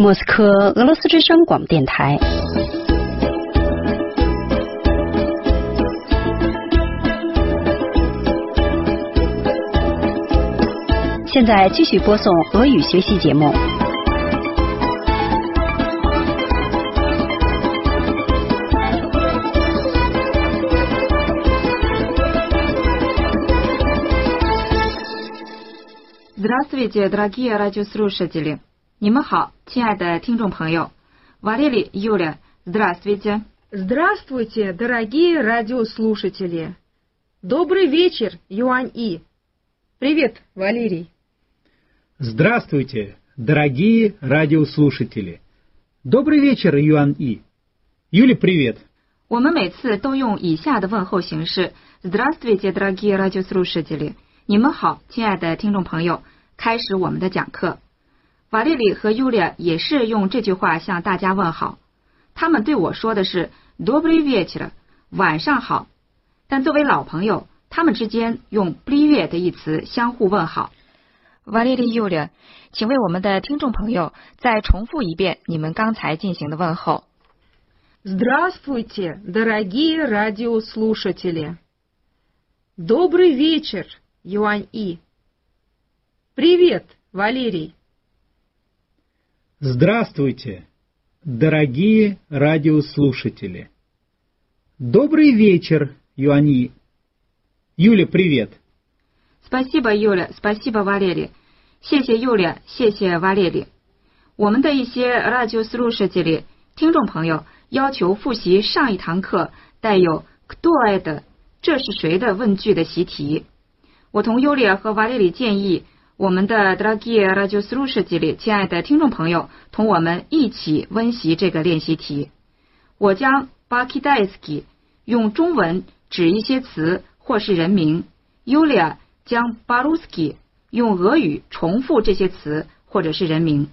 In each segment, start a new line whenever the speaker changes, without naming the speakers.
莫斯科俄罗斯之声广播电台。现在继续播送俄语学习节目。
Здравствуйте, дорогие радиослушатели！你们好，亲爱的听众朋友。Валерий, Юля, здравствуйте！
Здравствуйте, дорогие радиослушатели! Добрый вечер, Юань И! Привет, Валерий!
Здравствуйте, дорогие радиослушатели! Добрый вечер, Юан И. Юля, привет.
我们每次都用以下的问候形式：Здравствуйте, дорогие радиослушатели！你们好，亲爱的听众朋友。开始我们的讲课。瓦列里和尤利亚也是用这句话向大家问好。他们对我说的是 “Добрый вечер”，晚上好。但作为老朋友，他们之间用 “привет” 一词相互问好。瓦列里、尤利亚，请为我们的听众朋友再重复一遍你们刚才进行的问候。
Здравствуйте, дорогие радиослушатели! Добрый вечер, Юань И! Привет, Валерий!
Здравствуйте, дорогие радиослушатели. Добрый вечер, Юани. Юля, привет.
Спасибо, Юля. Спасибо, Валерий. 谢谢 Юля，谢谢 Валерий。我们的一些 радиослушатели 听众朋友要求复习上一堂课带有 “кто это” 这是谁的问句的习题。我同 Yulia 和 Valery 建议，我们的 Dragie radioslушатели 亲爱的听众朋友，同我们一起温习这个练习题。我将 Bakidaisky 用中文指一些词或是人名，Yulia 将 Barusky 用俄语重复这些词或者是人名。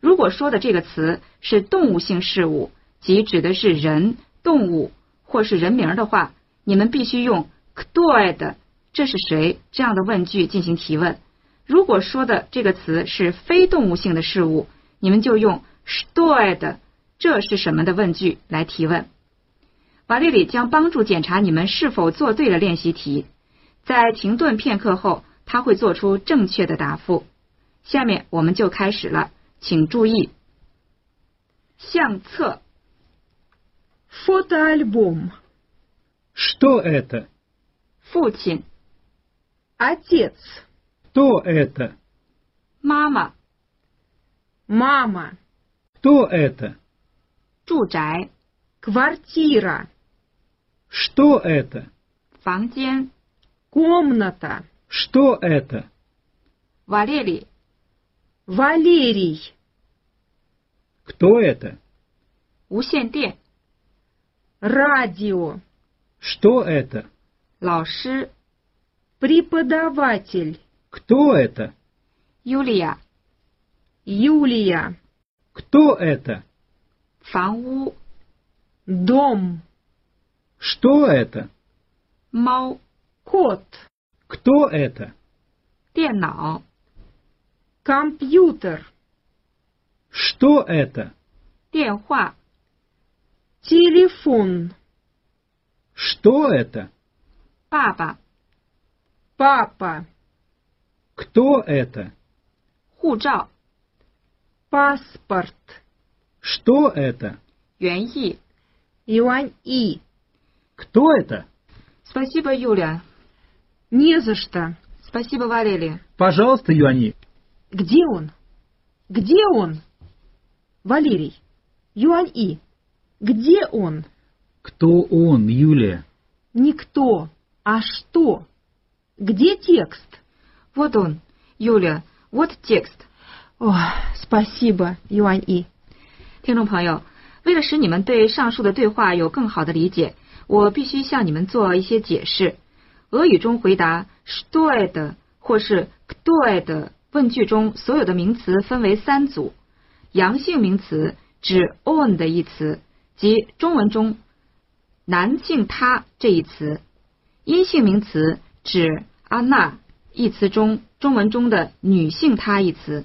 如果说的这个词是动物性事物，即指的是人、动物或是人名的话，你们必须用 “кто это” 这是谁这样的问句进行提问。如果说的这个词是非动物性的事物，你们就用 “что это” 这是什么的问句来提问。瓦列里将帮助检查你们是否做对了练习题。在停顿片刻后，他会做出正确的答复。下面我们就开始了，请注意。相册
Фотоальбом.
Что это?
父亲、
Отец.
Кто это?
妈妈、
Мама.
Кто это?
住宅、
Квартира.
Что это?
房间、
Комната.
Что это?
瓦列里、
Валерий.
Кто это?
无线电、
Радио.
Что это?
老师、
Преподаватель.
Кто это?
Yulia、
Юлия.
Кто это?
房屋、
Дом.
Что это?
猫、
Кот.
Кто это?
电脑、
Компьютер.
Что это?
电话、
Телефон.
Что это?
爸爸、
Папа.
Кто это?
护照、
Паспорт.
Что это?
园艺。
Юань И.
Кто это?
Спасибо, Юля.
Не за что.
Спасибо, Валерий.
Пожалуйста, Юани.
Где он? Где он? Валерий. Юань И. Где он?
Кто он, Юлия?
Никто. А что? Где текст?
Вот он, Юля. Вот текст.
О, спасибо, Юань И.
听众朋友，为了使你们对上述的对话有更好的理解，我必须向你们做一些解释。俄语中回答 “что это” 或是 “кто это” 问句中所有的名词分为三组：阳性名词指 “on” 的一词，即中文中男性他这一词；阴性名词指 “она” 一词中中文中的女性她一词；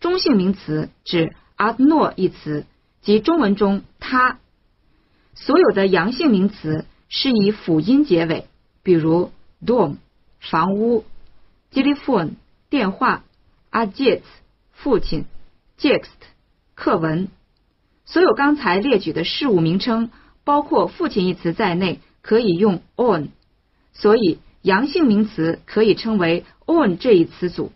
中性名词指 одно一词，即中文中它。所有的阳性名词是以辅音结尾，比如 dom 房屋、telephone 电话、a d e t 父亲、text 课文。所有刚才列举的事物名称，包括父亲一词在内，可以用 on。所以，阳性名词可以称为 on 这一词组。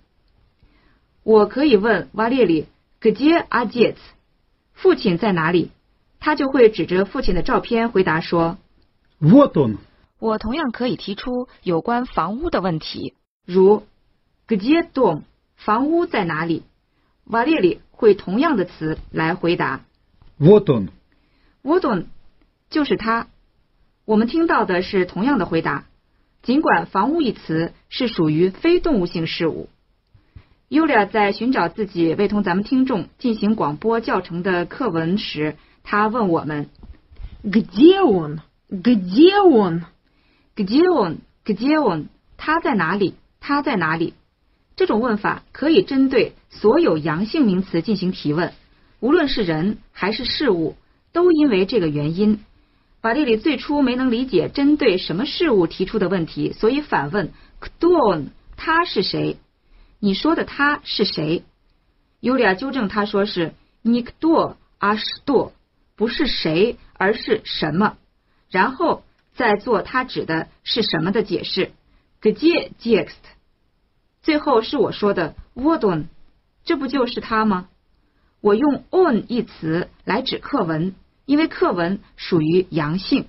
我可以问瓦列里 где а д е т 父亲在哪里？他就会指着父亲的照片回答说。
Вот он.
我同样可以提出有关房屋的问题。
如 где дом 房屋在哪里？瓦列里会同样的词来回答。
Вот он.
Вот он 就是他。我们听到的是同样的回答，尽管房屋一词是属于非动物性事物。Yulia 在寻找自己为同咱们听众进行广播教程的课文时，他问我们
Где он? Где он?
где он где он 他在哪里？他在哪里？这种问法可以针对所有阳性名词进行提问，无论是人还是事物，都因为这个原因。瓦列里最初没能理解针对什么事物提出的问题，所以反问 Кто он 他是谁？你说的他是谁？尤利亚纠正他说是 Никто а что，不是谁，而是什么。然后再做他指的是什么的解释。Где текст？最后是我说的 Вот он，这不就是他吗？我用 on 一词来指课文，因为课文属于阳性。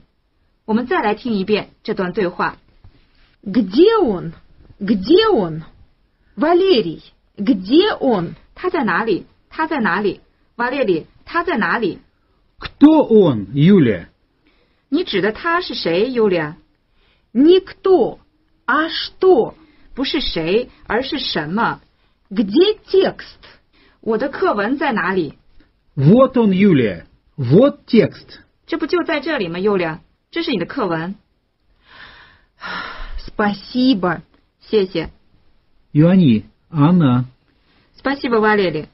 我们再来听一遍这段对话。
Где он? Где он? Валерий, где он?
他在哪里？他在哪里？瓦列里，他在哪里？
Кто он, Юлия?
你指的他是谁，尤里亚？
Никто. А что?
不是谁，而是什么？
Где текст?
我的课文在哪里？
Вот он, Юлия. Вот текст.
这不就在这里吗，尤里亚？这是你的课文，
Спасибо.
谢谢。
Юани, она.
Спасибо, Валерий。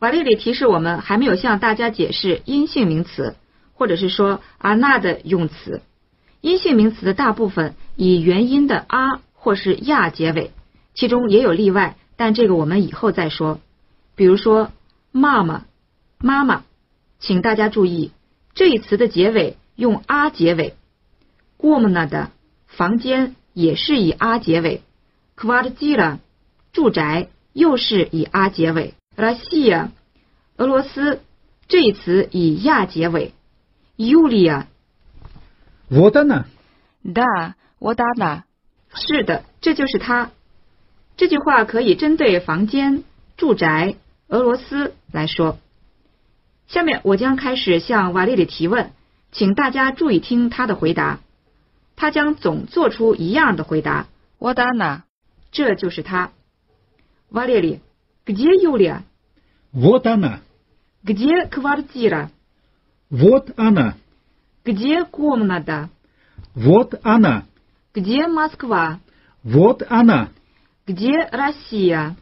瓦列里提示我们还没有向大家解释阴性名词，或者是说 она 的用词。阴性名词的大部分以元音的啊或是呀结尾，其中也有例外，但这个我们以后再说。比如说妈妈，妈妈，请大家注意这一词的结尾用啊结尾。комната 的房间也是以啊结尾，квартира 住宅又是以啊结尾，Россия 俄罗斯这一词以亚结尾，Юлия
Вот она.
Да, вот она.
是的，这就是它。这句话可以针对房间、住宅、俄罗斯来说。下面我将开始向瓦列里提问，请大家注意听他的回答。他将总做出一样的回答，
Вот она.
这就是他。瓦列里，где Юлия?
Вот она.
Где квартира?
Вот она.
Где комната?
Вот она.
Где Москва?
Вот она.
Где Россия?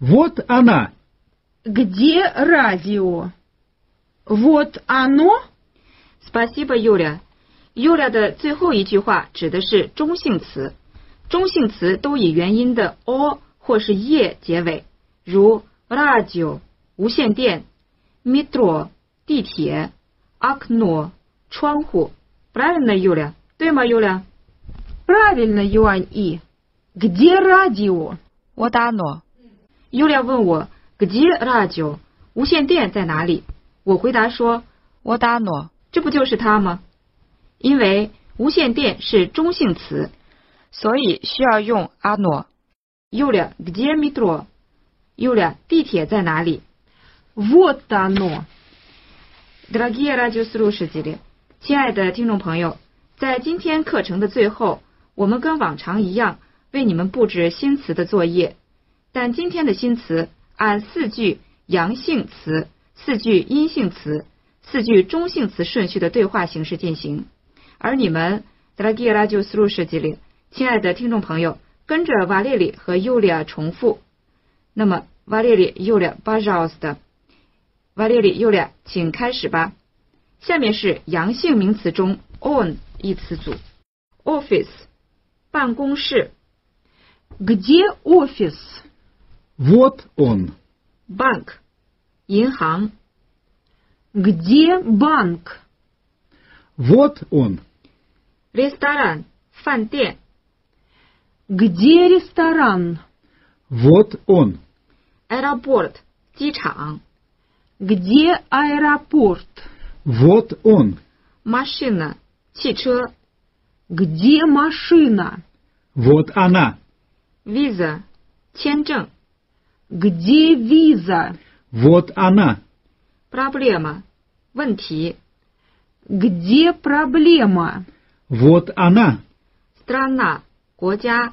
Вот она.
Где радио? Вот оно?
Спасибо, Юля. Юля 的最后一句话指的是中性词，中性词都以元音的 o 或是 e 结尾，如 radio 无线电、metro 地铁、окно 窗户。Правильно, Юля？对吗，Юля？
Правильно, Юань И. Где радио?
Вот оно.
Юля 问我 где radio 无线电在哪里？我回答说
Вот оно.
这不就是它吗？因为无线电是中性词
所以需要用 оно。
，Юля где метро？Юля 地铁在哪里？
Вот оно.
Дорогие радиослушатели，亲爱的听众朋友，在今天课程的最后，我们跟往常一样为你们布置新词的作业。但今天的新词按四句阳性词、四句阴性词、四句中性词顺序的对话形式进行，而你们 Дорогие радиослушатели，亲爱的听众朋友，跟着瓦列里和尤利亚重复。那么瓦列里、尤利亚，пожалуйста。瓦列里尤列，请开始吧。下面是阳性名词中 own 一词组：office 办公室
Где офис?
Вот он.
bank 银行
Где банк?
Вот он.
restaurant 饭店
Где ресторан?
Вот он.
airport 机场
Где аэропорт?
Вот он.
machine 汽车
Где машина?
Вот она.
visa 签证
Где виза?
Вот она.
problem 问题
Где проблема?
Вот она.
strana 国家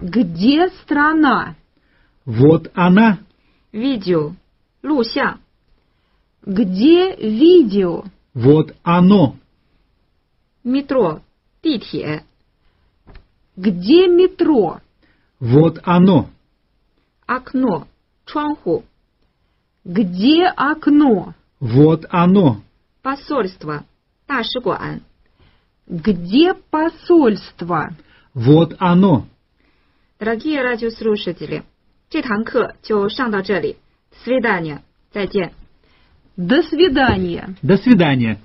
Где страна?
Вот она.
video 录像
Где видео?
Вот оно.
metro 地铁
Где метро?
Вот оно.
окно 窗户
Где окно?
Вот оно.
посольство 大使馆
Где посольство?
Вот оно.
Дорогие радиослушатели，这堂课就上到这里。Свидания，再见。
До свидания.
До свидания.